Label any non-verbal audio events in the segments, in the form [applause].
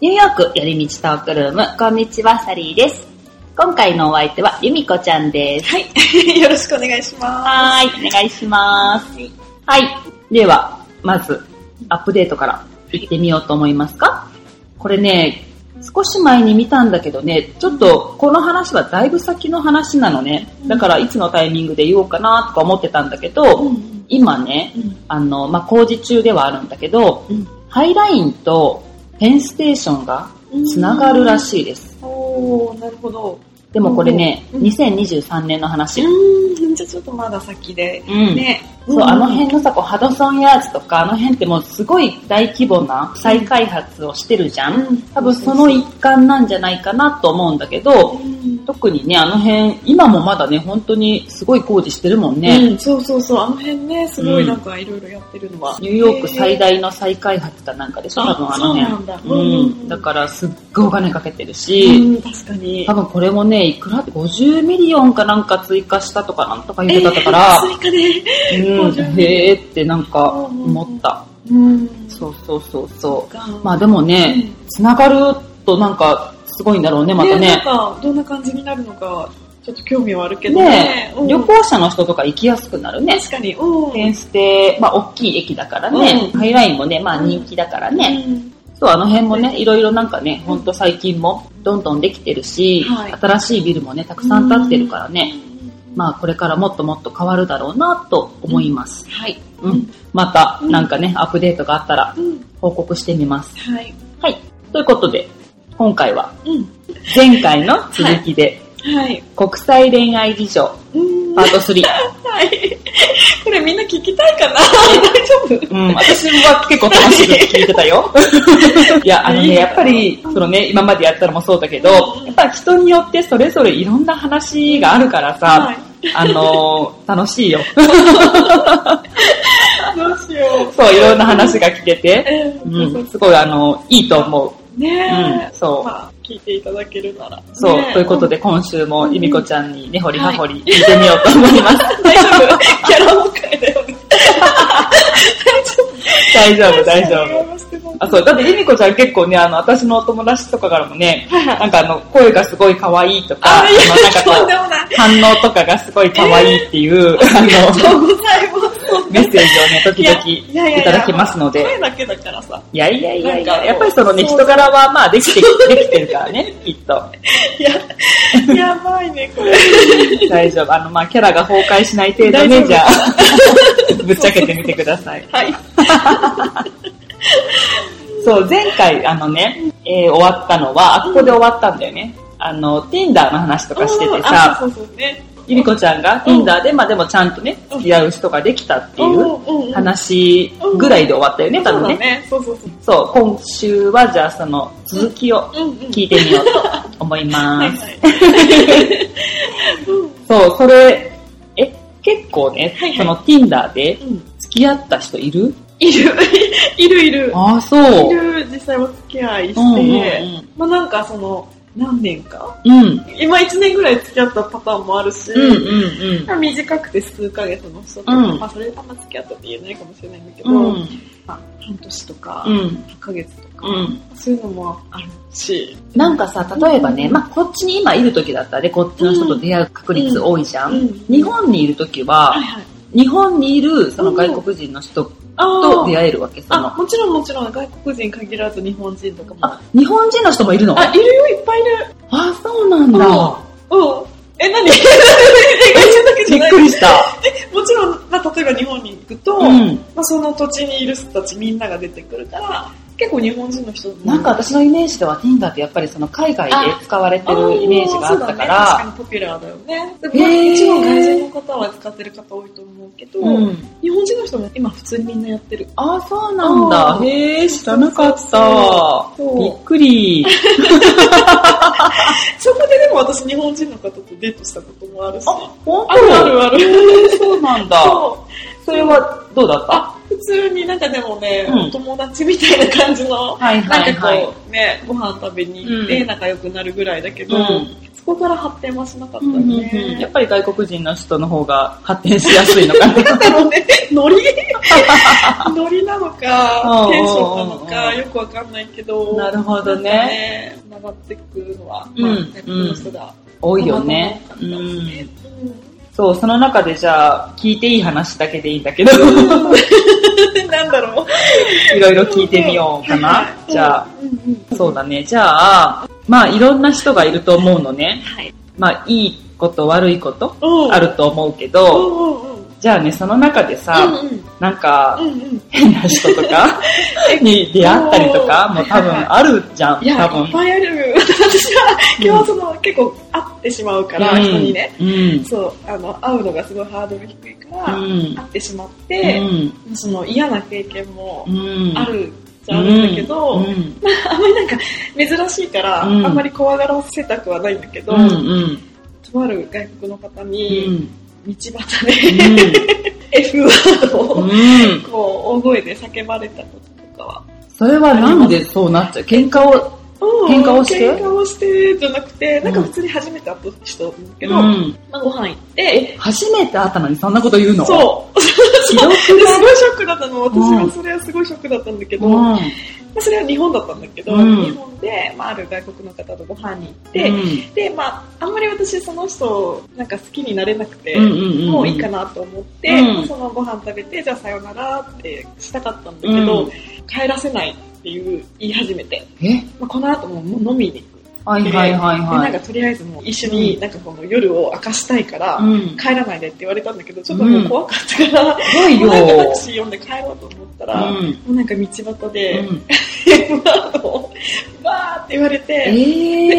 ニューヨーク寄り道トークルーム、こんにちは、サリーです。今回のお相手は、ゆみこちゃんです。はい。 [laughs] よろしくお願いしまはーい、お願いします。はい。では、まず、アップデートから行ってみようと思いますか。これね、少し前に見たんだけどね、ちょっとこの話はだいぶ先の話なのね。だからいつのタイミングで言おうかなとか思ってたんだけど、うん今ねす。、うん。あの、まあ、工事中ではあるんだけど、うん。ハイラインとペンステーションがつながるらしいです。おー、なるほど。でもこれね、うん2023年の話。うん。じゃあちょっとまだ先で。うんね。そう、あの辺のさ、こう、ハドソンヤーズとか、あの辺ってもうすごい大規模な再開発をしてるじゃん。うん多分その一環なんじゃないかなと思うんだけど、うん特にね、あの辺、今もまだね、本当にすごい工事してるもんね。うん、そうそうそう、あの辺ね、すごいなんかいろいろやってるのは。ニューヨーク最大の再開発かなんかでしょ、多あ分あのそうなんだ辺。うんだからすっごいお金かけてるへし、ーうん、確かに。多分これもね、いくらって50ミリオンかなんか追加したとかなんとか言ってたから、えー、追加で。うん、 50ミリへーってなんか思った。うん。そうそうそうそう。か。まあでもね、つながるとなんかすごいんだろうね、またなんね。か、どんな感じになるのか、ちょっと興味はあるけどねね。うん旅行者の人とか行きやすくなるね。確かに。うん。ペンステ、まあ大きい駅だからね、うんハイラインもね、まあ人気だからね。うんそう、あの辺もね、いろいろなんかね、ほんと最近もどんどんできてるし、はい新しいビルもね、たくさん建ってるからね、まあこれからもっともっと変わるだろうなと思います。はい。うん。うんまた、なんかね、アップデートがあったらうん。報告してみます。はい。はい。ということで、今回はうん。前回の続きで、はい。国際恋愛事情、うん。パート3。はい。 [laughs] これみんな聞きたいかな大丈うん、私は結構楽しく聞いてたよ。いや、あのね、やっぱり、そのね、今までやったのもそうだけど、やっぱ人によってそれぞれいろんな話があるからさ、はいあのー楽しいよ。夫どうしよそう、いろんな話が聞けう。て、えうーん、すごい、あの、いいと思う。ねえ、うんそうまあ、聞いていただけるなら。そう、ねえということ。で今週もゆみこちゃんにねほりはほり聞いてみようと思います。 [laughs] 大丈夫キャラを変えだよね。 [laughs] 大丈夫、大丈夫。夫あ、そう、だってゆみこちゃん結構ね、あの、私のお友達とかからもね、なんかあの、声がすごい可愛いとか、あ、いやあのなん、かとんこでもない。う反応とかがすごい可愛いっていう、あありがの、とうございます。メッセージをね、時いやいや々やいただきますので。声だけだからさ。いやいやいやいなんや、かやっぱりそのね、そう人そう柄はまあできて、できてるからね、きっと。いや、 [laughs] やばいね、これ。大丈夫。あの、まあキャラが崩壊しない程度大丈ね、夫じゃあ、 [laughs] ぶっちゃけてみてください。はい。そう、前回、あのね、えー終わったのは、あここで終わったんだよね。あの、Tinder の話とかしててあさ、そうそうそうね。ゆりこちゃんが Tinder で、まあでもちゃんとね、付き合う人ができたっていうう話ぐらいで終わったよね、多そう分だね。ね。そうそうそう。そう、今週はじゃあその続きをうんうん。聞いてみようと思いはまいす。 [laughs] はい。そう、それ、え、結構ねはいは、いその Tinder でうん付き合った人いるいる、 [laughs] いるいる。ああ、そ。いうる、実際お付き合いして、うんうんうんまあなんかその、何年かうん。今1年ぐらい付き合ったパターンもあるし、うんうんまあ短くて数ヶ月の人とか、うんまあそれあんま付き合ったって言えないかもしれないんだけど、うん。うん。まあ半年とか、うん。 1ヶ月とか、うん。そういうのもあるし、なんかさ、例えばね、うんまあ、こっちに今いる時だったらね、こっちの人と出会う確率多いじゃん。うん日本にいる時ははい、はい。日本にいるその外国人の人とあ出ー会えるわけ、そあの。もちろんもちろん外国人限らず日本人とかも。あ、日本人の人もいるのあ、いるよ、いっぱいいる。あ、そうなんだ。うん。え、何 [laughs] え、外人だけじびゃっないくりした。もちろん、まあ、例えば日本に行くと、うん。まあ、その土地にいる人たちみんなが出てくるから、結構日本人の人もなんか私のイメージでは Tinder ってやっぱりその海外で使われてるイメージがあったから、あーそうだね確かにポピュラーだよね。でへーもちろん外人の方は使ってる方多いと思うけど、うん。日本人の人も今普通にみんなやってる。 [laughs] あ、そうなんだあ。ーへえ、知らなかった。そうびっくり。そこででも私日本人の方とデートしたこともあるし。あ、本あるあるある。そうなんだ。そそれはどうだったう。普通になんかでもね、うんお友達みたいな感じの、はいはいはいなんかこう、ね、ご飯食べに行ってうん仲良くなるぐらいだけど、うんそこから発展はしなかったようんうんね。うんやっぱり外国人の人の方が発展しやすいのかな。 [laughs] なんだろうね、ノリ [laughs] ノリなのか、テンションなのか、うんよくわかんないけど。なるほどね。なんかね。曲がってくるのは、うんまあ、ね、この人が。多いよね。うまあまあ多かったですんね。そう、その中でじゃあ、聞いていい話だけでいいんだけど、うん [laughs] なんだろう。いろいろ聞いてみようかな。じゃあ、うんうんそうだね。じゃあ、まあいろんな人がいると思うのね。はい。まあいいこと悪いことうんあると思うけうど、んうんうん。じゃあね、その中でさ、うんうんなんかう、んうん。変な人とか [laughs] に出会ったりとか、もう多分あるじゃん、いや、多いっ分。ぱいある。 [laughs] 私は、今日はその、結構会ってしまうから、人にね。うん。そう、あの、会うのがすごいハードル低いから、うん。会ってしまっうて、ん。その嫌な経験もうん。あるっちゃあるんだけど、うん。うんあんまりなんか珍しいから、うんあんまり怖がらせたくはないんだけど、うん。とある外国の方うに、ん。道端で、F ワードうを、ん。こう、大声で叫ばれたこととかは。それはなんでそうなっちゃう喧嘩を、うん喧嘩をして喧嘩をしてじゃなくて、なんかうん普通に初めて会った人なんだけど、うん、まあ、ご飯行って、初めて会ったのにそんなこと言うのそう。 [laughs] ひどくで、すごいショックだったの。私はそれはすごいショックだったんだけど、まないあそれは日本だったんだけど、うん日本で、まあ、ある外国の方とご飯に行っうて、んで、まあ、あんまり私その人、なんか好きになれなくて、うんうんうんうんもういいかなと思って、うんそのご飯食べて、じゃあさよならってしたかったんだけど、うん帰らせないっていう言い始めて、えまあ、この後ももう飲みに行く。はいはいはいはで、いなん。かとりあえずもう一緒になんかこの夜を明かしたいから、うん。帰らないでって言われたんだけど、ちょっともう怖かったから、すごいもうよ。 [laughs] なんかタクシー呼んで帰ろうと思ったら、うんもうなんか道端で、うんバーのバーって言われて、えええ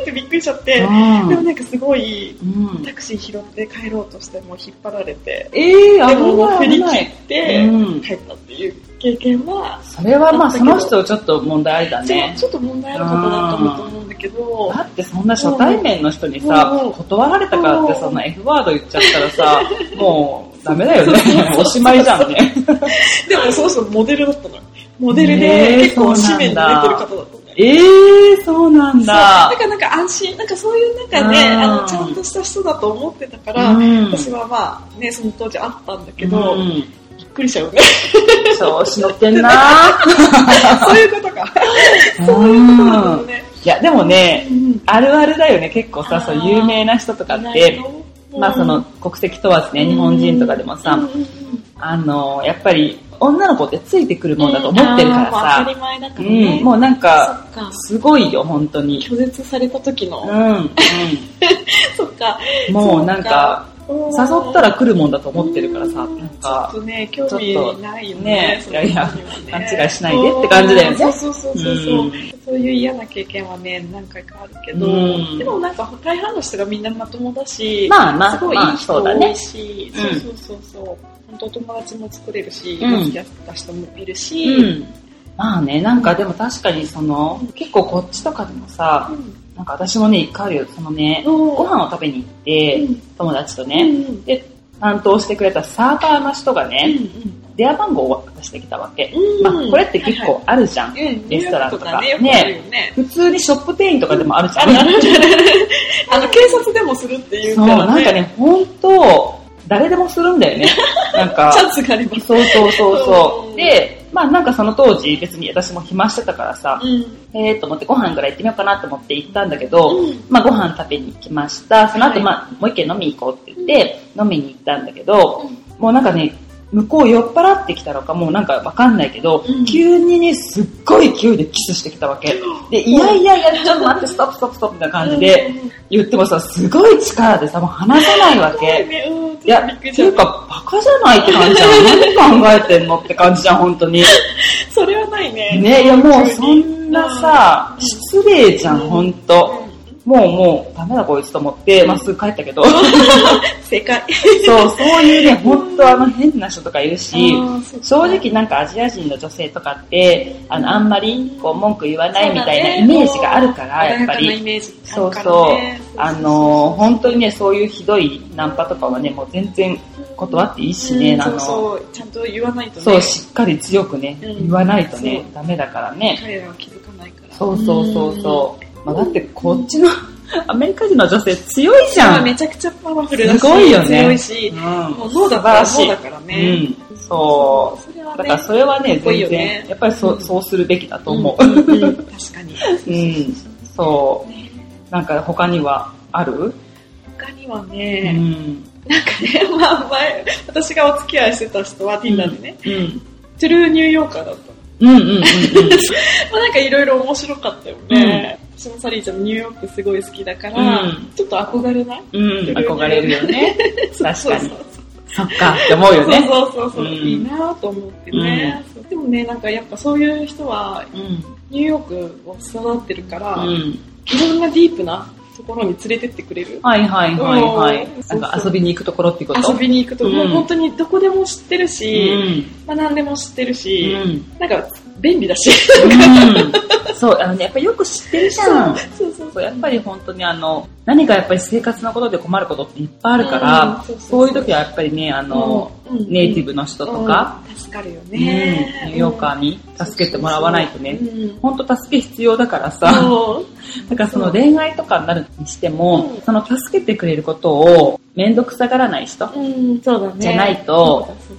ーってびっくりしちゃって、ー。でもなんかすごいうんタクシー拾って帰ろうとしてもう引っ張られて、ええー、であももう振危りな切い。ってうん帰ったっていう経験は、それはまあその人ちょっと問題ありだね。ちょっと問題ある方だったと思うんだけど、だってそんな初対面の人にさうん、断られたからってそんな F ワード言っちゃったらさ、 [laughs] もうダメだよね。おしまいじゃんね。でもその人モデルだったのよ。モデルでねえ結構紙面に出てるそうなんだ方だったのよ。 [laughs] ええー、そうなんだそう。からなんか安心、なんかそういう中で、うんあの、ちゃんとした人だと思ってたから、うん私はまあ、ね、その当時あったんだけど、うんびっくりしちゃ [laughs] うよね。調子乗ってんなそういうことか。そういうことだったのね。いや、でもね、うんあるあるだよね。結構さ、そうあー有名な人とかって、、まあその国籍問わずね、日本人とかでもさ、うんうんうんあの、やっぱり女の子ってついてくるもんだと思ってるからあーまあ当たさ、り前だかうらね。ん、もうなんそか、っか。すごいよ、本当に。拒絶された時の、うん、うん。 [laughs] そっか。もうなんか、誘誘ったら来るもんだと思ってるからさ、なんちかょ、っとね、興味ないよねね。いやいやそううのにはね勘違いしないでって感じだよね。そうそうそうそうそううんそういう嫌な経験はね、何回かあるけどうん、でもなんか大半の人がみんなまともだし、まあますあ、ごいまいあいそ人うだ多ねい。し、うんそうそうそうそう。本当お友達も作れるし、うん付き合った人もいるし、うん。まあね、なんかでも確かにその、結構こっちとかでもさ、なんか私もね、一回あるよ、そのね、ごご飯を食べに行って、友達とね、ね、で、担当してくれたサーバーの人がね、電話番号を渡してきたわけ。うんまあ、これって結構あるじゃん。レレストランとかね、よくあるよね。普通にショップ店員とかでもあるじゃん。あの、警察でもするっていうそかう、らね。なんかね、ほんと、誰でもするん [laughs] だよね。なんかチ、ャンスがあります。そうそうそうそうう。んで、まあなんかその当時、別に私も暇してたからさ、うん。えーと思ってご飯から行ってみようかなと思って行ったんだけど、うんまあご飯食べに行きました。その後、はいまあもう一軒飲み行こうって言って、飲みに行ったんだけど、もうなんかね、向こう酔っ払ってきたのか、もうなんかわかんないけど、うん急にね、すっごい勢いでキスしてきたわけ。で、いやいやいや、ちょっと待って、ストップストップストップみたいな感じで、言ってもさ、すごい力でさ、もう離せないわ [laughs] け。うん、いや、びっくっりしてちゃいうう。か、バカじゃないって感じじゃん。何考えてんのって感じじゃん、本当に。それはないね。ねいやもうそんなさ、失礼じゃん、うんほんと。もうもうダメだこいつと思って、まっすぐ帰ったけど、そう、正解。そういうね、本当あの変な人とかいるし、正正直なんかアジア人の女性とかって、あの、あんまりこう文句言わないみたいなイメージがあるから、やっぱり。そうそう。あのー、本当にね、そういうひどいナンパとかはね、もう全然断っていいしね、あその、うそう、ちゃんと言わないとね。そう、しっかり強くね、うん言わないとねそ、ダメだからね。彼らは気づかないから。そうそうそうそう。まあ、だってこっちのアメリカ人の女性強いじまゃあん。めちゃくちゃパワフルだし、すごいよね強いし、うんもう脳だから脳だからうね。。ん、そうそれう。はだねからそれはね、かっこいい全よ然ね、やっぱりそうそうするべきだと思う。んんうん確かに。うん、そう。なんか他にはある他にはうね、ん。なんかね、 [laughs] まあ前、私がお付き合いしてた人は Tinder でね、うん。トゥルーニューヨーカーだったの。うんうん [laughs] うんうん。まあなんかいろいろ面白かったよね。私もサリーちゃんもニューヨークすごい好きだから、うんちょっと憧れない [laughs] うん、憧れるよね。確かにそうそうそうそっかって思うよね。そうそうそうそう、うんいいなと思ってね、そうでもね、なんかやっぱそういう人はうん。ニューヨークを育ってるから、うん。いろんなディープなところに連れてってくれる。はいはいはいはいうん。なんか遊びに行くところってこと遊びに行くと、うんもう本当にどこでも知ってるし、うん。まあ何でも知ってるう [laughs] し、ん。なんか便利だし。うんそう、あのね、やっぱりよく知ってるじゃん。 [laughs] そうそうそうやっぱり本当にあの、何かやっぱり生活のことで困ることっていっぱいあるから、うんそういう時はやっぱりね、あの、ネイティブの人とか、、うんうん助かるようん、ねニ、ューヨーカーに助けてもらわないとね、本当助け必要だからうんさ、そ [laughs] うだからその恋愛とかになるにしてもうん、その助けてくれることをめんどくさがらない人、うん、そうだね。じゃないとそう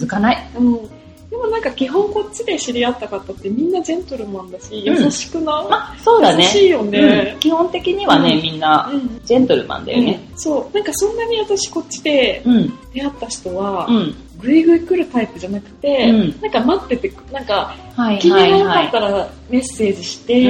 続かない。そうそう、うんでもなんか基本こっちで知り合った方ってみんなジェントルマンだし、優しくない、まあ、そうだね。優しいよねうん基本的にはね、うんみんな、うんジェントルマンだよね。うんそう。なんかそんなに私こっちでうん。出会った人はう、ん。ぐいぐい来るタイプじゃなくて、うんなんか待ってて、なんかはい気には入いらなはかったい。らメッセージしうて、ん。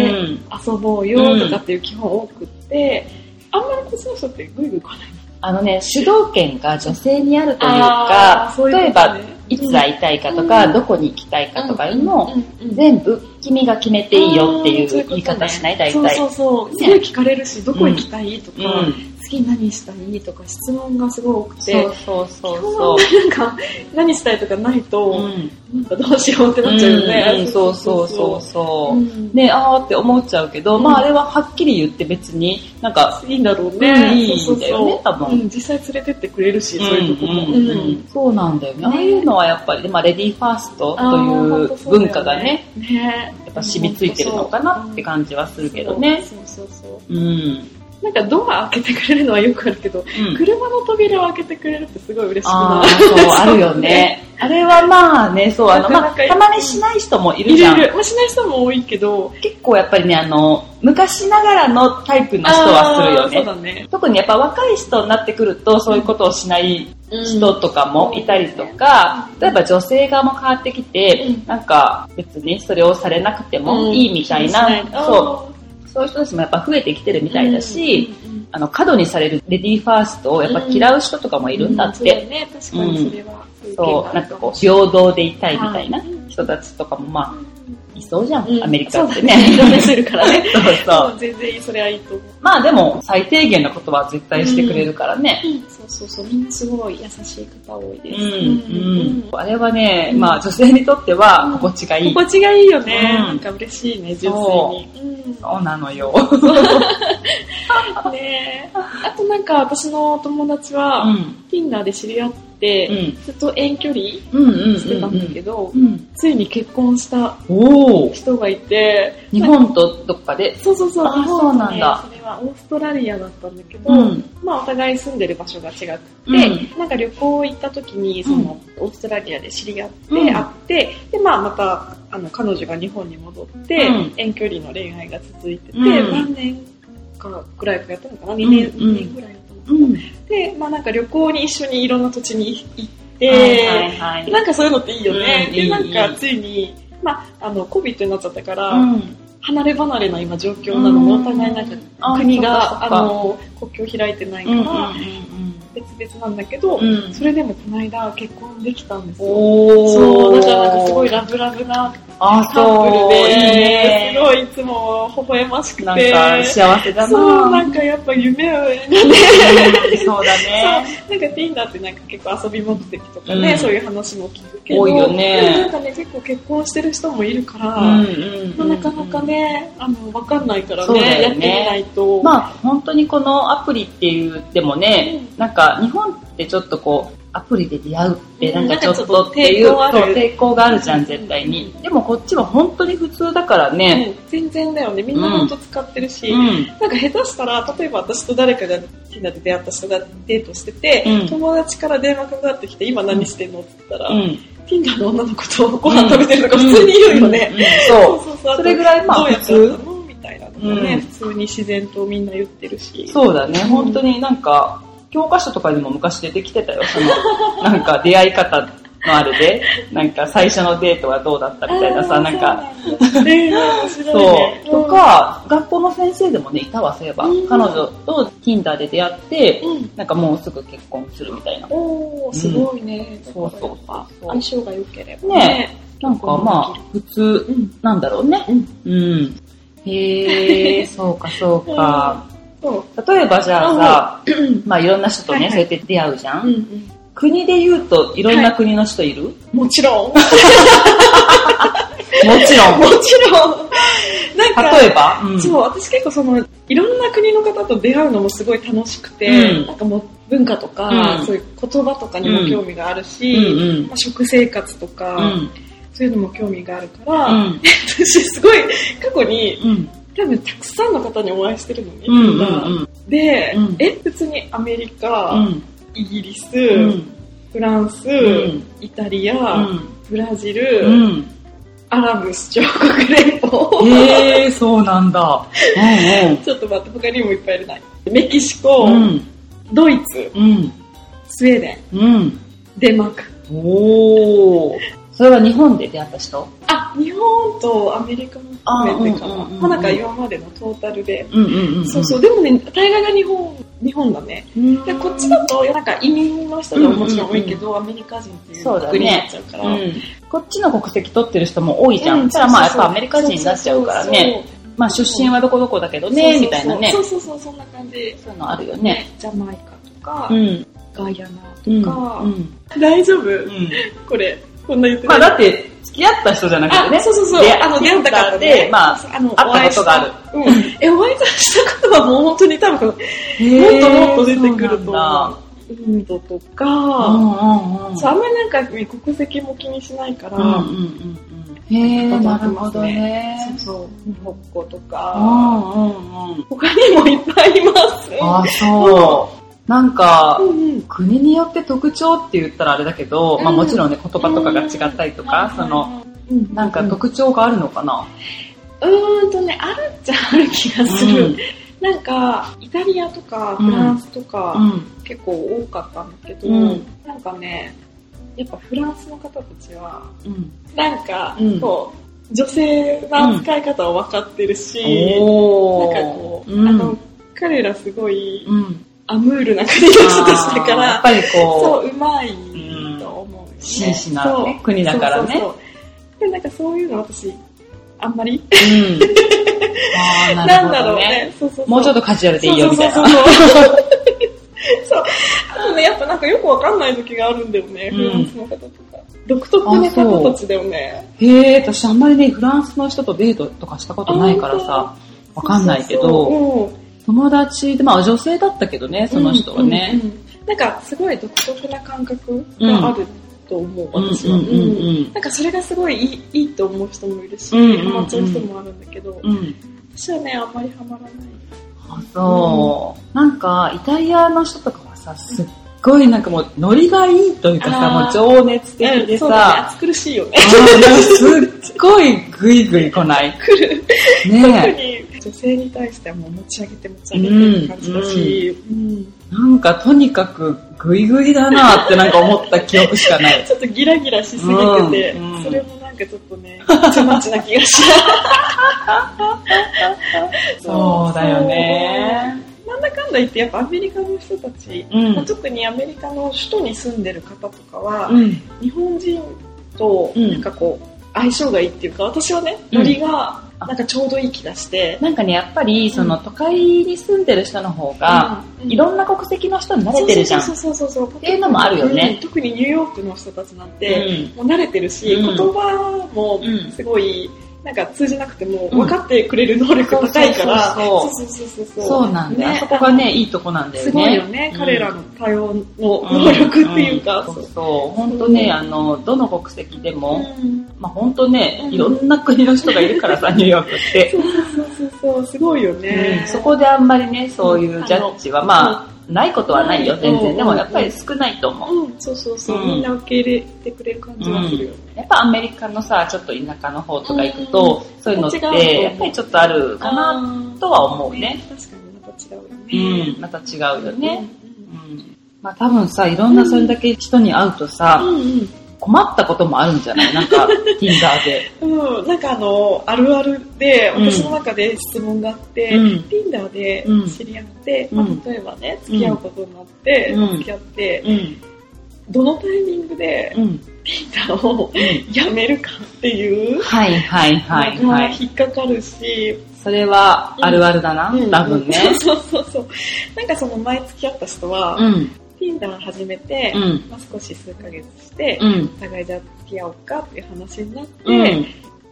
遊ぼうよとかっていう基本多くって、あんまりこっちの人ってぐいぐい来ないあのね、主導権が女性にあるというあかー、そういうこ例とねえば、いつ会いたいかとか、うんどこに行きたいかとかいうのを、うん全部君が決めていいよっていあーそうこ言いとね方しない、大体。そうそうそう。ねすごい聞かれるし、どこ行きたいとか、うん好き何したいとか質問がすごい多くて、そうそうそ基うそ本はなんか何したいとかないと、う。うん。なんかどうしようってなっちゃうよね。うんそうそうそううそんう。ね、あーって思っちゃうけど、うんまああれははっきり言って別に、なんか、いいんだろううんね。いいんだよねそうそうそう多分うん実際連れてってくれるし、そういうとこも。うんうんうんそうなんだよね。ああいうのはやっぱり、まあ、レディーファーストという文化がね、。あー本当そうだよね。やっぱ染みついてるのかなって感じはするけどね。そうそうそううん。うん。そう。なんかドア開けてくれるのはよくあるけど、車の扉を開けてくれるってすごい嬉しくあなあ、いそう、あるよね。あれはまあね、そう、あの、なかまなあ、かいたまにしない人もいるいじゃるいん。る。まあ、しない人も多いけど、結構やっぱりね、あの、昔ながらのタイプの人はするよあーそうね。だね。特にやっぱ若い人になってくると、そういうことをしない人とかもいたりとか、うん例えば女性側も変わってきて、うんなんか別にそれをされなくてもいいみたいな、そうう、そういう人たちもやっぱ増えてきてるみたいだし、うんうんうんあの、過度にされるレディーファーストをやっぱ嫌う人とかもいるんだっそうだて、ね、確かにそれは。そう、なんかこう、ういう意見平があると思等でいたいみたいなはい人たちとかもまうんあ、いそうじゃん、うんアメリカってそうだねいろんなね。人いるからね。 [laughs] そうそそうう。全然それはいいと思う。まあでも、最低限のことは絶対してくれるからね。そうそうそう、みんなすごい優しい方多いうん、でうす。ん。あれはね、まあ女性にとってはうん心地がいい。心地がいいよね。うんなんか嬉しいね、純粋に。うんそうなのよ。ねえあとなんか私の友達は、うん。 Tinder で知り合っうて、ん。ずっと遠距離うんうん。してたんだけど。どう、ん。ついに結婚したおー人がいて、日本とどっかで。そうそうそう、あ日本とねそうなんだそれはオーストラリアだったんだけど、うんまあお互い住んでる場所が違くて、うなんか旅行行った時に、その、オーストラリアで知り合って、うん会って、で、まあまた、あの、彼女が日本に戻って、うん遠距離の恋愛が続いてて、うん何年かぐらいかやったのかな ?2 年、うんうん二年ぐらいやったのかな、うん。で、まあなんか旅行に一緒にいろんな土地に行って、はいはいはい。なんかそういうのっていいよね。うんいで、いなんかついに、まあ、あの、コビってなっちゃったから、うん離れ離れな今状況なのうで、んお互いなんかあ国そっかそっが、かあの、国境開いてないから、うん別々なんだけど、うんそれでもこの間結婚できたんですよ。おそう、だからなんかすごいラブラブなあ、カップそう、ルで、いいね。すごいいつも微笑ましくなんて、か幸せだなそう、なんかやっぱ夢を、うんそうだね。そう、 [laughs] なんか Tinder ってなんか結構遊び目的とかね、うんそういう話も聞くけど、多いよねでもなんかね、結構結婚してる人もいるから、うんうんなかなかね、あの、わかんないからそうね、だやよねってみないと。まあ本当にこのアプリっていうでもね、なんか日本ってちょっとこうアプリで出会うってなんかちょっとっていう、うんなんかちょっと抵抗あそうる抵抗があるじゃん絶対に、でもこっちは本当に普通だからね、うん全然だよね、みんな本当使ってるし、うんなんか下手したら、例えば私と誰かが Tinder で出会った人がデートしてて、うん友達から電話かかってきて、今何してんのって言ったら、うん Tinder の女の子とご飯食べてるとか普通にいるよね。うんうんそうそうそうそれぐらいまあどうやってやったのみたいなのもね、うん普通に自然とみんな言ってるし。そうだね、本当になんか、教科書とかにも昔出てきてたよ、その、なんか出会い方のあれで、なんか最初のデートはどうだったみたいなさ、なんか、か。ね面白いそね。う、とか、学校の先生でもね、いたわ、そういえばうん。彼女と Tinder で出会ってう、ん。うん。なんかもうすぐ結婚するみたいな。おー、すごいね。そうそうそう相性が良ければねなんかまあ、普通うん。なんだろうね。うん。へえ、そうか、そうか。そう。例えばじゃあさ、まあいろんな人とはいね、はいそうやって出会うじゃうんん。うん。国で言うといろんな国の人いるもちろん。ももち [laughs] ろん。ちろん。なんか、例えば、うんそう、私結構その、いろんな国の方と出会うのもすごい楽しくて、うんなんかもう文化とか、うんそういう言葉とかにも興味があるし、うんまあ、食生活とか、うん。うん。そういうのも興味があるから、うん。私すごい過去にうん。多分たくさんの方にお会いしてるのね。うん。うん。まあで、うんえ、普通にアメリカ、うん。イギリス、うん。フランス、んイタリア、うブラジル、ん。アラブ首長国連邦、へえ、そうなんだ。ちょっと待って、他にもいっぱいいるな。メキシコ、うん。うん。ドイツ、うん。スウェーデン、うん。デンマーク。おー。それは日本で出会った人あ、日本とアメリカも含めてかな。あうんうんうんうんまあなんか今までのトータルで。うんうんう。そうそうう、でもね、大概が日本、日本だね。で、こっちだと、なんか移民の人がもちろん多いけど、アメリカ人っていうそうだね国になっちゃうから。うんこっちの国籍取ってる人も多いじゃ。うんんたらまあやっぱアメリカ人になっちゃうからね。。まあ出身はどこどこだけどそうそうそうそうね、みたいなねそ。うそうそう、そんな感じ。そういうのあるよね。。ジャマイカとか、ん。ガイアナうん。とか、大丈夫、うん。これ、こんな言ってまない。あだって、付き合った人じゃなくてあ、ね。そうそうそう。であの、出会った方でまあそうそうあの会ったことがある。お会いしたうん。え、お会いした方はもう本当に多分、もっともっと出てくると思う。インドとうか、んうんうん。そう、あんまりなんか国籍も気にしないから、うんうんうん。へえ、なるほどね。そうそう、モロッコとうか、んうんうん。他にもいっぱいいます。あ、そう。なんかう、んうん。国によって特徴って言ったらあれだけど、まあうんもちろんね、言葉とかが違ったりとか、その、、うん、なんか特徴があるのかな。うーんとね、あるっちゃある気がすうる。んなんか、イタリアとか、フランスとか、うん。結構多かったんだけど、うんなんかね、やっぱフランスの方たちは、うん。なんか、うんこう、女性の扱い方を分かってるし、なおんかこう、あの、彼らすごいうん。アムールな国の人た [laughs] ちだかあーやっら、ぱりこそう、うまいと思うよね。真摯なねそう国だからねそうそうそうで、なんかそういうの私、あんまり、う、うん。 [laughs] あなあ、なるんほだろどうね。ね。そうそうそうもうちょっとカジュアルでいいよ、みたいそうな。そうそうそうそう [laughs] あとね、やっぱなんかよくわかんない時があるんだよね、うんフランスの方とか。独特なあそう方たちだよね。へえ、私あんまりね、フランスの人とデートとかしたことないからさ、わかんないけそうど、友達で、まあ女性だったけどね、そうその人はね。。うんうんうんなんかすごい独特な感覚があると思う、私は。うんうんうんうんなんかそれがすごいいいいいと思う人もいるし、うんうんうんハマっちゃう人もあるんだけど、うん。私はね、あんまりハマらない。あそう。なんか、イタリアの人とかはさ、すっごいなんかもう、ノリがいいというかさ、もあうー情熱的でそうだね、さ、暑苦しいよね。あーすっごいグイグイ来ない。来る。特ねに女性に対してはもう持ち上げて持ち上げてる感じだし、うんえ。なんか、とにかくグイグイだなってなんか思った記憶しかない。ちょっとギラギラしすぎてて、うんうんそれもなんかちょっとね、まちまちな気がし [laughs] そうだよね。まあだかんだ言ってやっぱアメリカの人たち、うんまあ特にアメリカの首都に住んでる方とかは、うん。日本人とうんなんかこう相性がいいっていうか私はねうんノリがなんかちょうどいい気がして、なんかね、やっぱり、その、都会に住んでる人の方が、うんいろんな国籍の人に慣れてるじゃん。そうそうそうそうそうっていうのもあるよね特にニューヨークの人たちなんうて、ん。もう慣れてるし、うん言葉もうんすごいなんか通じなくてもうん分かってくれる能力高いから、そうそうそうそうそうそうなんだよ。あねそこがね、いいとこなんだよね。すごいよね、うん彼らの対応の能力っていうか、んそうそうそう。本当ね、あの、どの国籍でも、うんまあ本当ねう、んいろんな国の人がいるからさ、 [laughs] ニューヨークって。そうそうそうそうすごいよねう、んそこであんまりね、そういうジャッジは、まああ、ないことはないよ、全うんう然。んでもやっぱり少ないと思う。うんそうそうそう、うんみんな受け入れてくれる感じはするよね、やっぱアメリカのさ、ちょっと田舎の方とか行くと、そういうのって、違うと思うやっぱりちょっとあるかななとは思うね。確かにまた違うようねん、また違うよね。うんうん。まあ多分さ、いろんなそれだけ人に会うとさ、うん困ったこともあるんじゃないなん [laughs] か、Tinder で。うん、うん、なんかあのあるあるでうん私の中で質問があって、うん Tinder でうん知り合って、うんまあ、例えばね付き合うことになって、うん付き合って、うん。どのタイミングでうん。 Tinder をやめるかっていうはいはいはいのはがい。引っかかるし、それはあるあるだな、多分ね。 [laughs] そうそうそうそうなんかその前付き合った人は、うん。 Tinder 始めて、うん。まあ、少し数ヶ月して、うん。お互いじゃあ付き合おうかっていう話になって、うん。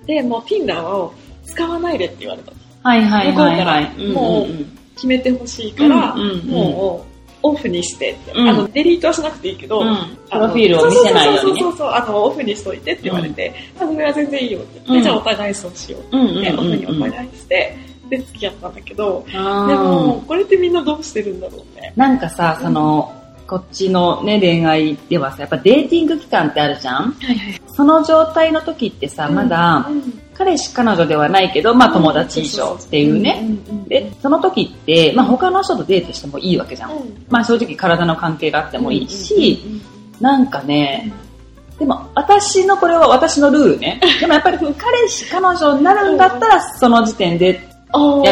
で、もう Tinder を使わないでって言われた。はいはいはいはい。決めてほしいから、うんうんうんもうオフにしてって、うんあの、デリートはしなくていいけど、うあんの。プロフィールを見せないようにねそうそうそうそうそう、あの、オフにしといてって言われて、あそれは全然いいよって言って、うんじゃあお互いそうしようってうん。言って、うん。オフにお互いして、で、付き合ったんだけど、でうもん。、これってみんなどうしてるんだろうね。なんかさ、その、こっちのね、恋愛ではさ、やっぱデーティング期間ってあるじゃんはいはい。その状態の時ってさ、まだ、彼氏彼女ではないけど、まあ友達以上っていうね。ん。で、その時って、まあ他の人とデートしてもいいわけじゃ。うんん、まあ正直体の関係があってでもいいし、、なんかね、でも私のこれは私のルールね。でもやっぱり彼氏彼女になるんだったらその時点でや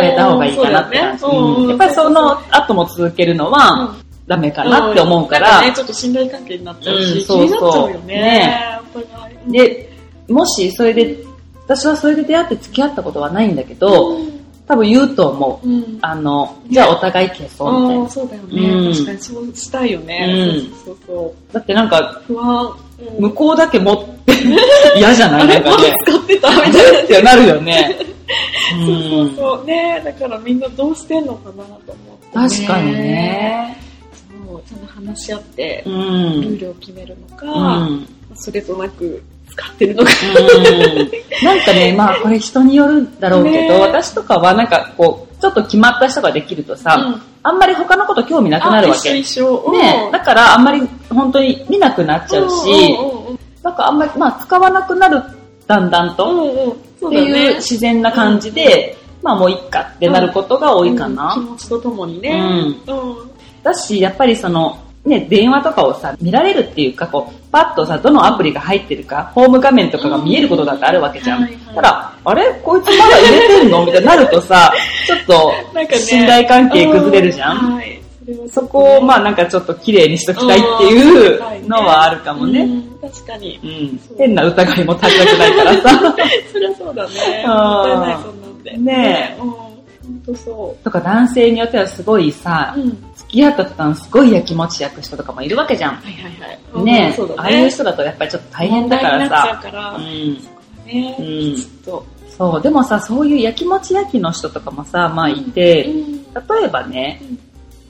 めた方がいいかなって感じ。うんやっぱりその後も続けるのはダメかなって思うかね、ら、ちょっと信頼関係になっちゃうし、うん気になっちゃうよねね。お互い、で、もしそれで、私はそれで出会って付き合ったことはないんだけど、多分言うと思う。うん、うん、あの、じゃあお互い消そうみたいあなあ、。そうだよね、うん確かにそうしたいよね。うんそうそうそだってなんか、う。不安。うん向こうだけ持 [laughs] って、嫌じゃなあいなれ、んパンかね。使ってたみたいな。ってなるよね。そううんそうそう。ねだからみんなどうしてんのかなと思って、確かに。ね。そう、ちゃんと話し合ってう、ルんー。ルを決めるのか、うん。それとなく使ってるのか。なんかね、まあこれ人によるんだろうけど、ね私とかはなんかこう、ちょっと決まった人ができるとさ、うんあんまり他のこと興味なくなるわけ。あね一緒一緒。だからあんまり本当に見なくなっちゃうし、なんかあんまり、まあ使わなくなる、だんだんうんと、うんうん、そっうてだいうね。自然な感じで、まあもういっかってなることが多いかな。うん気持ちとともにね。ううん。だし、やっぱりその、ね、電話とかをさ、見られるっていうか、こう、パッとさ、どのアプリが入ってるか、ホーム画面とかが見えることだってあるわけじゃん。はいはいただ、あれこいつまだ入れてんのみたいになると [laughs] さ、ちょっなんかと、ね信頼関係崩れるじゃん。はい。れはそこを、まああ、なんかちょっと綺麗にしときたいっていうのはあるかもうね。ん確かにう。そんう。変な疑いも立ちたくないからさ。そりゃそうだね。あーもったいない、そんなんで。ねえ。うん。ほんとそ [laughs] とか男性によってはすごいさう。、うん。付き合った途端すごいやきもち焼く人とかもいるわけじゃん。はいはいはい。うんねえそうだね。ああいう人だとやっぱりちょっと大変だから問題になっちゃさ。うからう。ん。ねうえ。んちょっそう、でもさ、そういうやきもち焼きの人とかもさ、まあいて、と。うん。例えばねうん、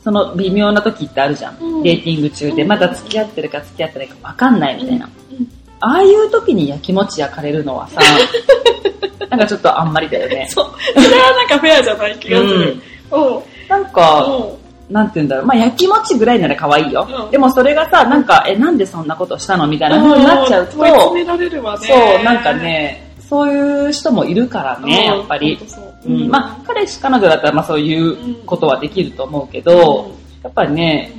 その微妙な時ってあるじゃん。うんデーティング中で、うんまだ付き合ってるか付き合ってないか分かんないみたいな。うんああいう時にやきもち焼かれるのは [laughs] さ、なんかちょっとあんまりだよね。そう。それはなんかフェアじゃない気がすうんる。うん。なんか、うんなんて言うんだろう。まあ、やきもちぐらいなら可愛いよ。うんでもそれがさ、なんか、え、なんでそんなことしたのみたいな風になっちゃうと、問い詰められるわね。そう、なんかね、そういう人もいるからうん、ね、やっぱりほん。とそううんまあ、彼氏、彼女だったら、まあそういうことはできると思うけど、やっぱりね、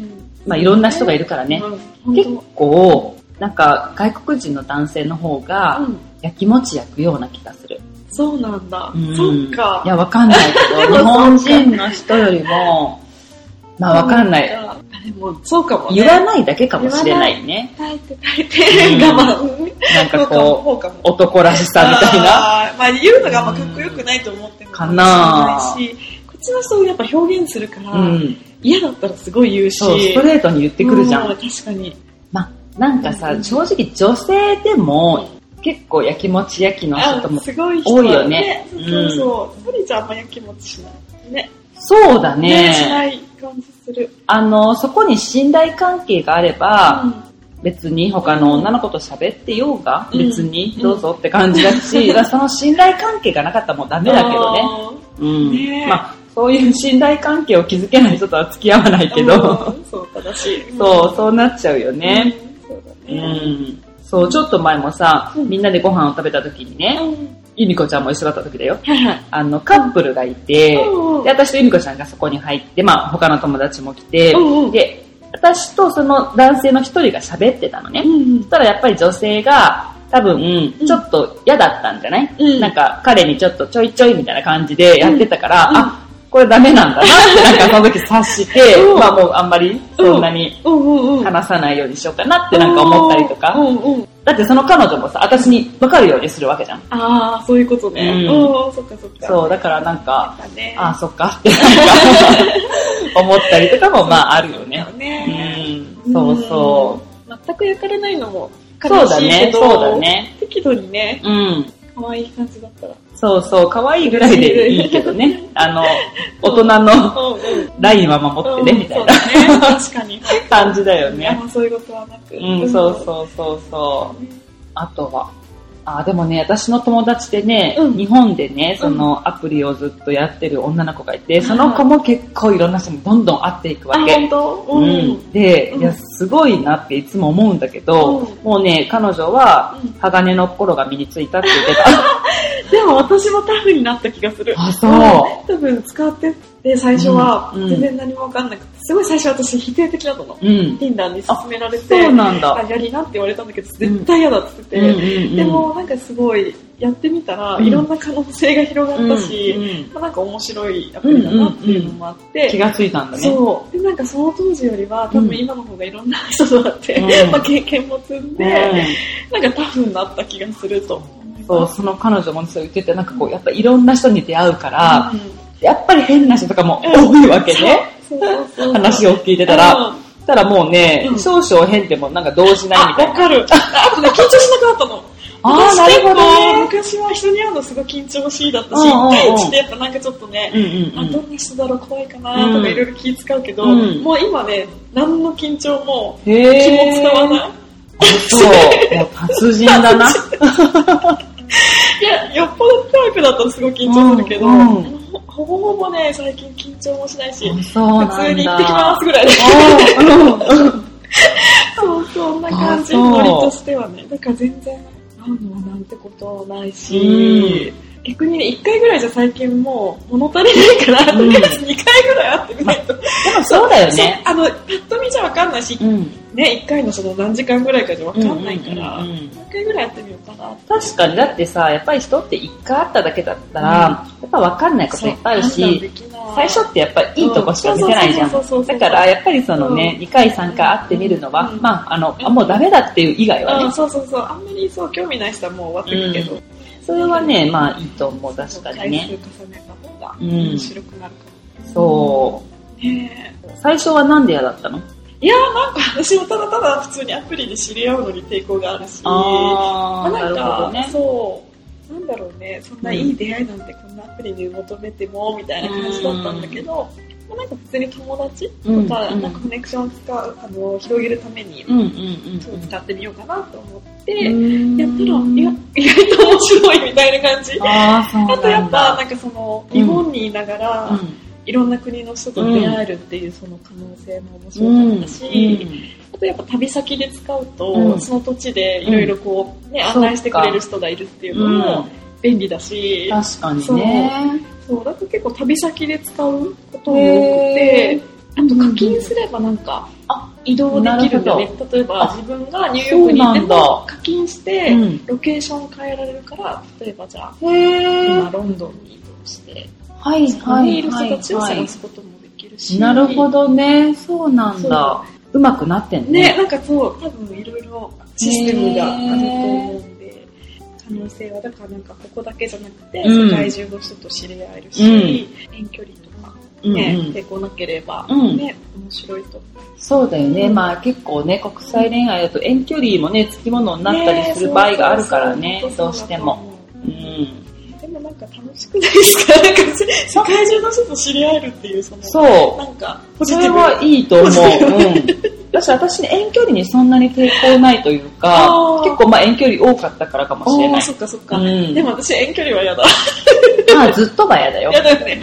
まあいろんな人がいるからね、うん。結構、なんか外国人の男性の方が、うんやきもち焼くような気がする。そうなんだう。んそっいか。 [laughs] や、わかんないけど、日本人の人よりも、まあわかんないあれもそうかもね。言わないだけかもしれないね。耐えて耐えて、うん我慢。なんかこうかもう、男らしさみたいな。あーまあ言うのがあんまかっこよくないと思ってるのかなもしれないし、こっちの人をやっぱ表現するから、うん。嫌だったらすごい言うし。そう、ストレートに言ってくるじゃ。うん確かに。まあ、なんかさう、ん正直女性でも、結構やきもちやきのあ人も、すごい人多いよねそうそうそう。ソリちゃんあんまやきもちしない。ね。そうだしなね。い感じする。あの、そこに信頼関係があれば、うん別に他の女の子と喋ってようが、うん別にどうぞって感じだ [laughs] し、だからその信頼関係がなかったらもうダメだけどね。あーうん。ねまあ、そういう信頼関係を築けない人とは付き合わないけうど、んそう、正しい。そう、そうなっちゃうようね。ん。そうだうね。ん。そう、ちょっと前もさ、うんみんなでご飯を食べた時にね、うんゆみこちゃんも一緒だった時だよ。はいはい。あの、カップルがいて、うんうんで、私とゆみこちゃんがそこに入って、まあ、他の友達も来て、うんうんで、私とその男性の一人が喋ってたのね。そしたらやっぱり女性が、多分、うんちょっと嫌だったんじゃない、うんなんか、彼にちょっとちょいちょいみたいな感じでやってたから、うんうんあ、これダメなんだな [laughs] って、なんかその時察して、うんまあもうあんまりそんなにうんうんうん。話さないようにしようかなってなんか思ったりとか、うんうん。だってその彼女もさ、私に分かるようにするわけじゃん。ああ、そういうことね。うんうん、そっかそっか。そう、だからなんか、だね。ああ、そっかってなんか [laughs] 思ったりとかもまああるよね。ね。うん、そうそうん。全く焼かれないのもう。悲そうだしいねけ、ど、そうだ。ね。適度にね、うん。可愛い感じだったら。そうそう、可愛いぐらいでいいけど [laughs] ね。あの、大人のうんうん。ラインは守ってね、みたいなそうだね。確かに。感じだよあんね。まそういうことはなく。うん、そうそうそうそう。うん。あとは。あ、でもね、私の友達でね、うん日本でね、そのアプリをずっとやってる女の子がいて、その子も結構いろんな人にどんどん会っていくわあ、け。本当う。ん、で、うんいや、すごいなっていつも思うんだけど、うんもうね、彼女はうん、鋼の心が身についたって言ってた。でも私もタフになった気がする。あそう多分使ってて、最初はうん全然何もわかんなくて、すごい最初私否定的だったの。うん。 Tinder に勧められて、そうなんだ。あやりなって言われたんだけど、絶対嫌だってうん言うってて、んうんでもなんかすごいやってみたら、うんいろんな可能性が広がったし、うんうんまあなんか面白いアプリだなっていうのもあって、気がついたんだね。そう。で、なんかその当時よりは、多分今の方がいろんな人と会って、うん [laughs] まあ経験も積んうで、んなんかタフになった気がすると思います。そう、その彼女もそう言ってて、なんかこう、やっぱいろんな人に出会うから、うんやっぱり変な人とかも多いわけね。そうそうそう話をを聞いてたら、あ、そしたらもうね、うん少々変でもなんか動じないみわたいな。[laughs] かる。あ、緊張しなくなったの。あーなるほどね昔結構昔は人に会うのすごい緊張しいだったし、うんうんうんしてやっぱなんかちょっとね、うんあうんうどん。んな人だろう怖いかなとかいろいろ気使うけど、うんもう今ね、何の緊張もへ気もえ。使わない。そう、もう達人だな。いや、 [laughs] よっぽどタイプだったらすごい緊張するけど、うんうんほほぼほぼね、最近緊張もしないし、そう普通に行ってきますぐらいで。そう、そんな感じ、あそうノリとしてはね。だから全然、会うのはなんてことはないし、う逆にね、1回ぐらいじゃ最近もう物足りないから、うんとりあえず2回ぐらい会ってみないと。でもそうだよね。そう。あの、パッと見じゃわかんないし、うん。ね、1回のその何時間ぐらいかじゃわかんないから、うんうんうんうん何回ぐらい会ってみようかな。確かに、だってさ、やっぱり人って一回会っただけだったら、やっぱ分かんないこといっぱいある判断しで、きない最初ってやっぱいいとこしか見せないじゃん。そうそうそうそうそうだから、やっぱりそのね、うん2回3回会ってみるのは、うんまあ、あの、うんあもうダメだっていう以外はうねん、、そうそうそう。あんまりそう、興味ない人はもう終わってるけど。それはね、まあいいと思う、確かに回数ね。重ねた方がうん面白くなるかそもね。う。最初はなんで嫌だったのいやーなんか私もただただ普通にアプリで知り合うのに抵抗があるし、あー、まなるあほどなんか、ね。そう、なんだろうね、そんないい出会いなんてこんなアプリに求めてもみたいな感じだったんだけど、まあ、なんか普通に友達うんとか、うんなんかコネクションを使う、あの、広げるために、うんうんうんそう使ってみようかなと思って、うん。やったら、いや意外と面白いみたいな感じ。あー、そうなんだ。あとやっぱ、なんかその、日本にいながら、うんいろんな国の人と出会えるっていうその可能性も面白かったし、あとやっぱ旅先で使うと、うんその土地でいろいろこう、ね、うん案内してくれる人がいるっていうのも便利だし、確かにね。そう、だから結構旅先で使うことも多くて、あと課金すればなんか、あ移動できるんだよなね。例えばあ自分がニューヨークにいてそうなも課金して、うんロケーション変えられるから、例えばじゃあ、へ今ーロンドンに移動して、はいそこはにいいるは人いたちをはい探。すこともできるしなるほどね。そうなんだ。うまくなってんねね。なんかそう多分いろいろシステムがあると思うんで可能性はだからなんかここだけじゃなくて、うん世界中の人と知り合えるし、遠距離とかうんね、うん抵抗なければ、うんね面白いとそうだよね。うんまあ結構ね、国際恋愛だと遠距離もね、つきものになったりする場合があるからね、どうしても。。。そうそうそう本当そうだと思うんでもなんか楽しくないですかなんか世界中の人と知り合えるっていうそのそなんかう。ポジそテれィブはいいと思うポジティ。うん。だし私ね、遠距離にそんなに抵抗ないというかあ、ー結構まあ遠距離多かったからかもしれおなーい。そっかそっか、うんで。も私遠距離は嫌だまあずっとは嫌だよ嫌。だよね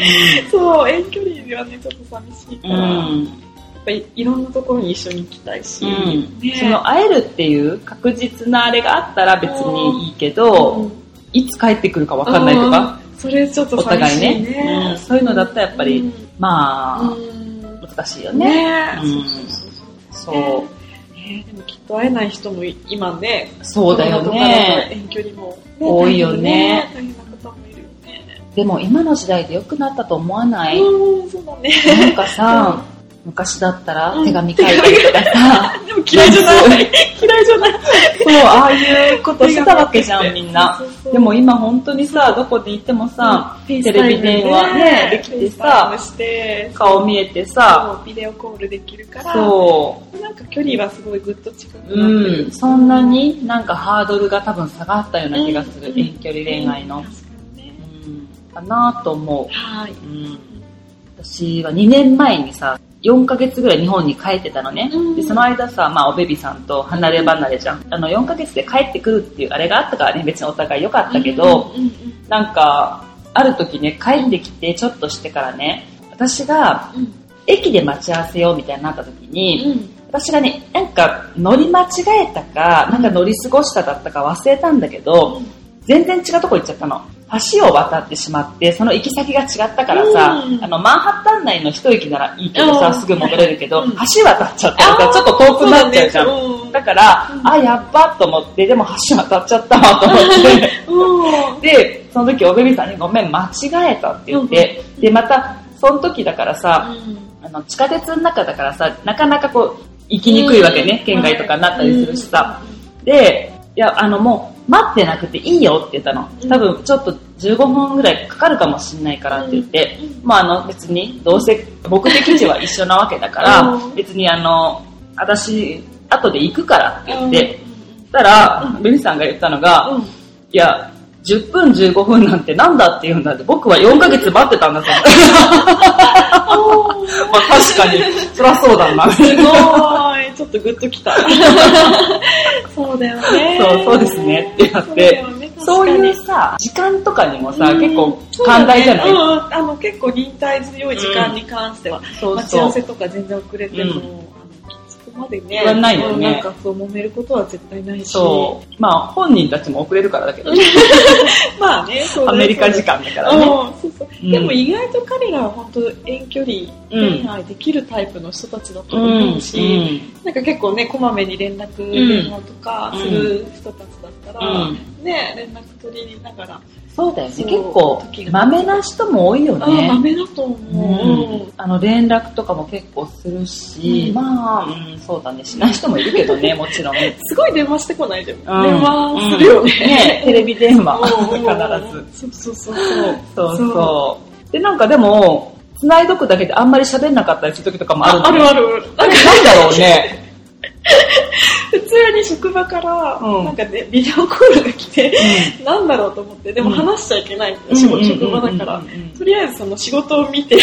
うそう遠距離ではねちょっと寂しいかん。うら、やっん。ぱりいろんなところに一緒に行きたいし、うんねその会えるっていう確実なあれがあったら別にいいけど、うんいつ帰ってくるかわかんないとか、うんそれちょっとお寂互しいいねねうんそういうのだったらやっぱりうんまあ、うん難しいよねね。そううんそうそうそそうう。ねでもきっと会えない人も今ね、そうだよコロナとかね。で遠距離も、多いよね大変な方もいるよね。でも今の時代で良くなったと思わない、うん、そうだね。なんかさ、昔だったら手紙書いたりとか [laughs] さ、でも嫌いじゃない。嫌いじゃない。そう、ああいうことしてたわけじゃん、みんな。そうそうそう。でも今本当にさ、どこで行ってもさ、テテレビ電話ねできてさして顔見えてさ、そうビデオコールできるから、そう、なんか距離はすごいぐっと近くなってるうん、そんなになんかハードルが多分下がったような気がする、うん遠距離恋愛の確。かにねうん、かなと思。はいううん、私は2年前にさ、4ヶ月ぐらい日本に帰ってたのね。うんでその間さ、まあ、おベビさんと離れ離れじゃん。あの、4ヶ月で帰ってくるっていうあれがあったからね、別にお互い良かったけど、うんうんなんか、ある時ね、帰ってきてちょっとしてからね、私がうん駅で待ち合わせようみたいになった時に、うんうん私がね、なんか乗り間違えたか、なんか乗り過ごしただったか忘れたんだけど、全然違うとこ行っちゃったの。橋を渡ってしまって、その行き先が違ったからさ、うんあの、マンハッタン内の一駅ならいいけどさ、うんすぐ戻れるけど、うん橋渡っちゃったらさ、ちょっと遠くなっちゃうじゃん。そうだだねから、うんあ、やっばと思って、でも橋渡っちゃったわと思って。うんで、その時おべびさんにごめん、間違えたって言って、で、また、その時だからさ、うんあの地下鉄の中だからさ、なかなかこう、行きにくいわけね、県外とかになったりするしさ。。で、いや、あのもう、待ってなくていいよって言ったのう。ん多分、ちょっと15分ぐらいかかるかもしんないからって言って、うんまああの、別に、どうせ、目的地は一緒なわけだから、うん別にあの、私、後で行くからって言って、うしたらう、んベミさんが言ったのが、んうんいや、10分15分なんてなんだって言うんだって、僕は4ヶ月待ってたん [laughs] だぞ。おーすまあ確かに、そりゃそうだな。ごい。ちょっとグッときた。 [laughs] そうだよね。そうそうですねってなってそういうさ、さ、時間とかにもさ、うん結構寛大じゃないそうだねうんうんあの結構忍耐強い時間に関しては、そう待ち合そわうせ。とか全然遅れても、うんあのそこまでね、言わないよねなんかそう揉めることは絶対ないし、そう。まあ本人たちも遅れるからだけど、まあね、そうアだねメリカ時間だからね。うんそうそううんでも意外と彼らは本当遠距離恋愛できるタイプの人たちだと思うし、なんか結構ねこまめに連絡電話とかする人たちだったら、うんね連絡取りながら、そうだよね。そう結構、まめな人も多いよああね。豆だと思うう、んあの連絡とかも結構するし、うんまあ、うん、そうだね、しない人もいるけどね、もちろん。うんすごい電話してこないでも、 [laughs] 電話するうよんね,、ねテレビ電話、必ず。ずそうそうそうそうそうそう。で、なんかでも、繋いどくだけであんまり喋んなかったりする時とかもあるああるああるなんだろう [laughs] ね。普通に職場から、うんなんかね、ビデオコールが来て、なんだろうと思って、でも話しちゃいけない、仕事職場だからうんうんうんうんうん、とりあえずその仕事を見て、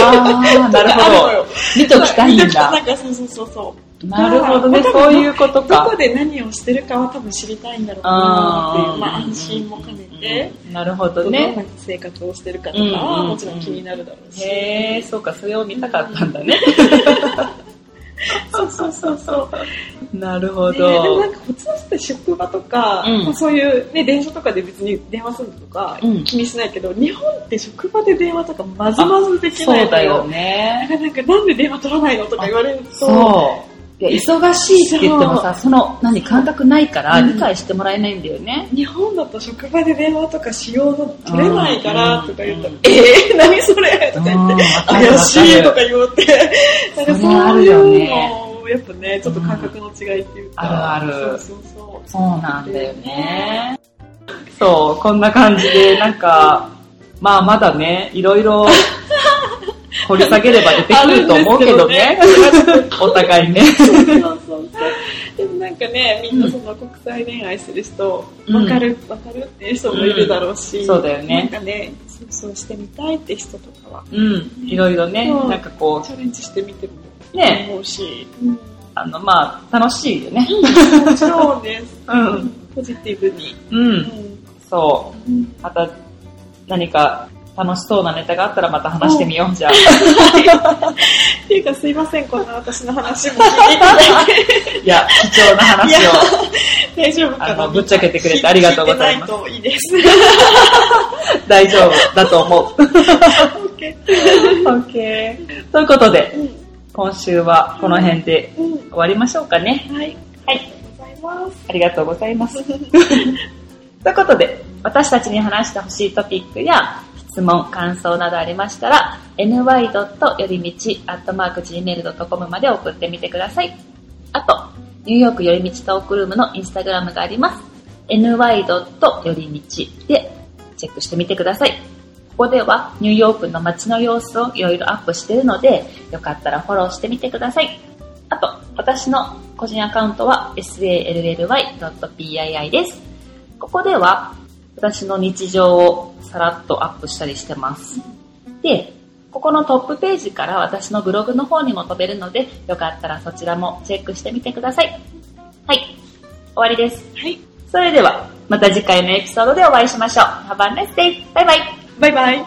ああ、なるあのほど。よ見ときたいん見ときたなだ。んかそうそうそうそう。なるほどね、だからそういうことどこか。で何をしてるかは多分知りたいんだろうなっていう、まあうん安心も兼ねて、なるほどどんなね。生活をしてるかとかはうんもちろん気になるだろうし。へえ、そうか、それを見たかったんだね。そうそうそうそう。なるほねでもなどん。か普通って職場とか、うんまあそういうね、電車とかで別に電話するのとかうん気にしないけど、日本って職場で電話とかまずまずできそなういのだよね。なんかなんで電話取らないのとか言われると、そで忙しいって言ってもさ、その、何、感覚ないから理解してもらえないんだよね。日本だと職場で電話とかしようの取れないからとか言ったうらん、えー、何それとか言って、怪しいとか言おうって、なんか [laughs] それあるよねそういうのをやっぱね、ちょっと感覚の違いっていうか、あるあるそうそうそう。そうなんだよね。そう、こんな感じで、なんか、まあまだね、いろいろ掘り下げれば出てくると思うけどね。お互いね。そうそうそう。でもなんかね、みんなその国際恋愛する人、うんわかる、わかるっていう人もいるだろうし、うんそうだよねなんかね、そうそうしてみたいって人とかは、うん、いろいろね、そうなんかこチャレンジしてみてもう、ね、思うし、あの、まあ、楽しいよね。もちろんです。うん、ポジティブに。うん、そうんう。また、何か楽しそうなネタがあったらまた話してみよう、じゃあ。っていうかすいません、こんな私の話も聞いていただい [laughs] いや、貴重な話を。て大丈夫かあなのぶっちゃけてくれてありがとうございます聞てないといいです。大丈夫だと思う。 OK ということで、う今週はこの辺でんうん終わりましょうかね。はい。ありがとうございます。ありがとうございます。 [laughs] ということで、私たちに話してほしいトピックや質問、感想などありましたら、ny. よりみち .gmail.com まで送ってみてください。あと、ニューヨークよりみちトークルームのインスタグラムがあります。ny. よりみちでチェックしてみてください。ここではニューヨークの街の様子をいろいろアップしているので、よかったらフォローしてみてください。あと、私の個人アカウントは sally.pii です。ここでは私の日常をさらっとアップしたりしてます。で、ここのトップページから私のブログの方にも飛べるので、よかったらそちらもチェックしてみてください。はい、終わりです。はい。それでは、また次回のエピソードでお会いしましょう。Have a nice day! バイバイバイバイ。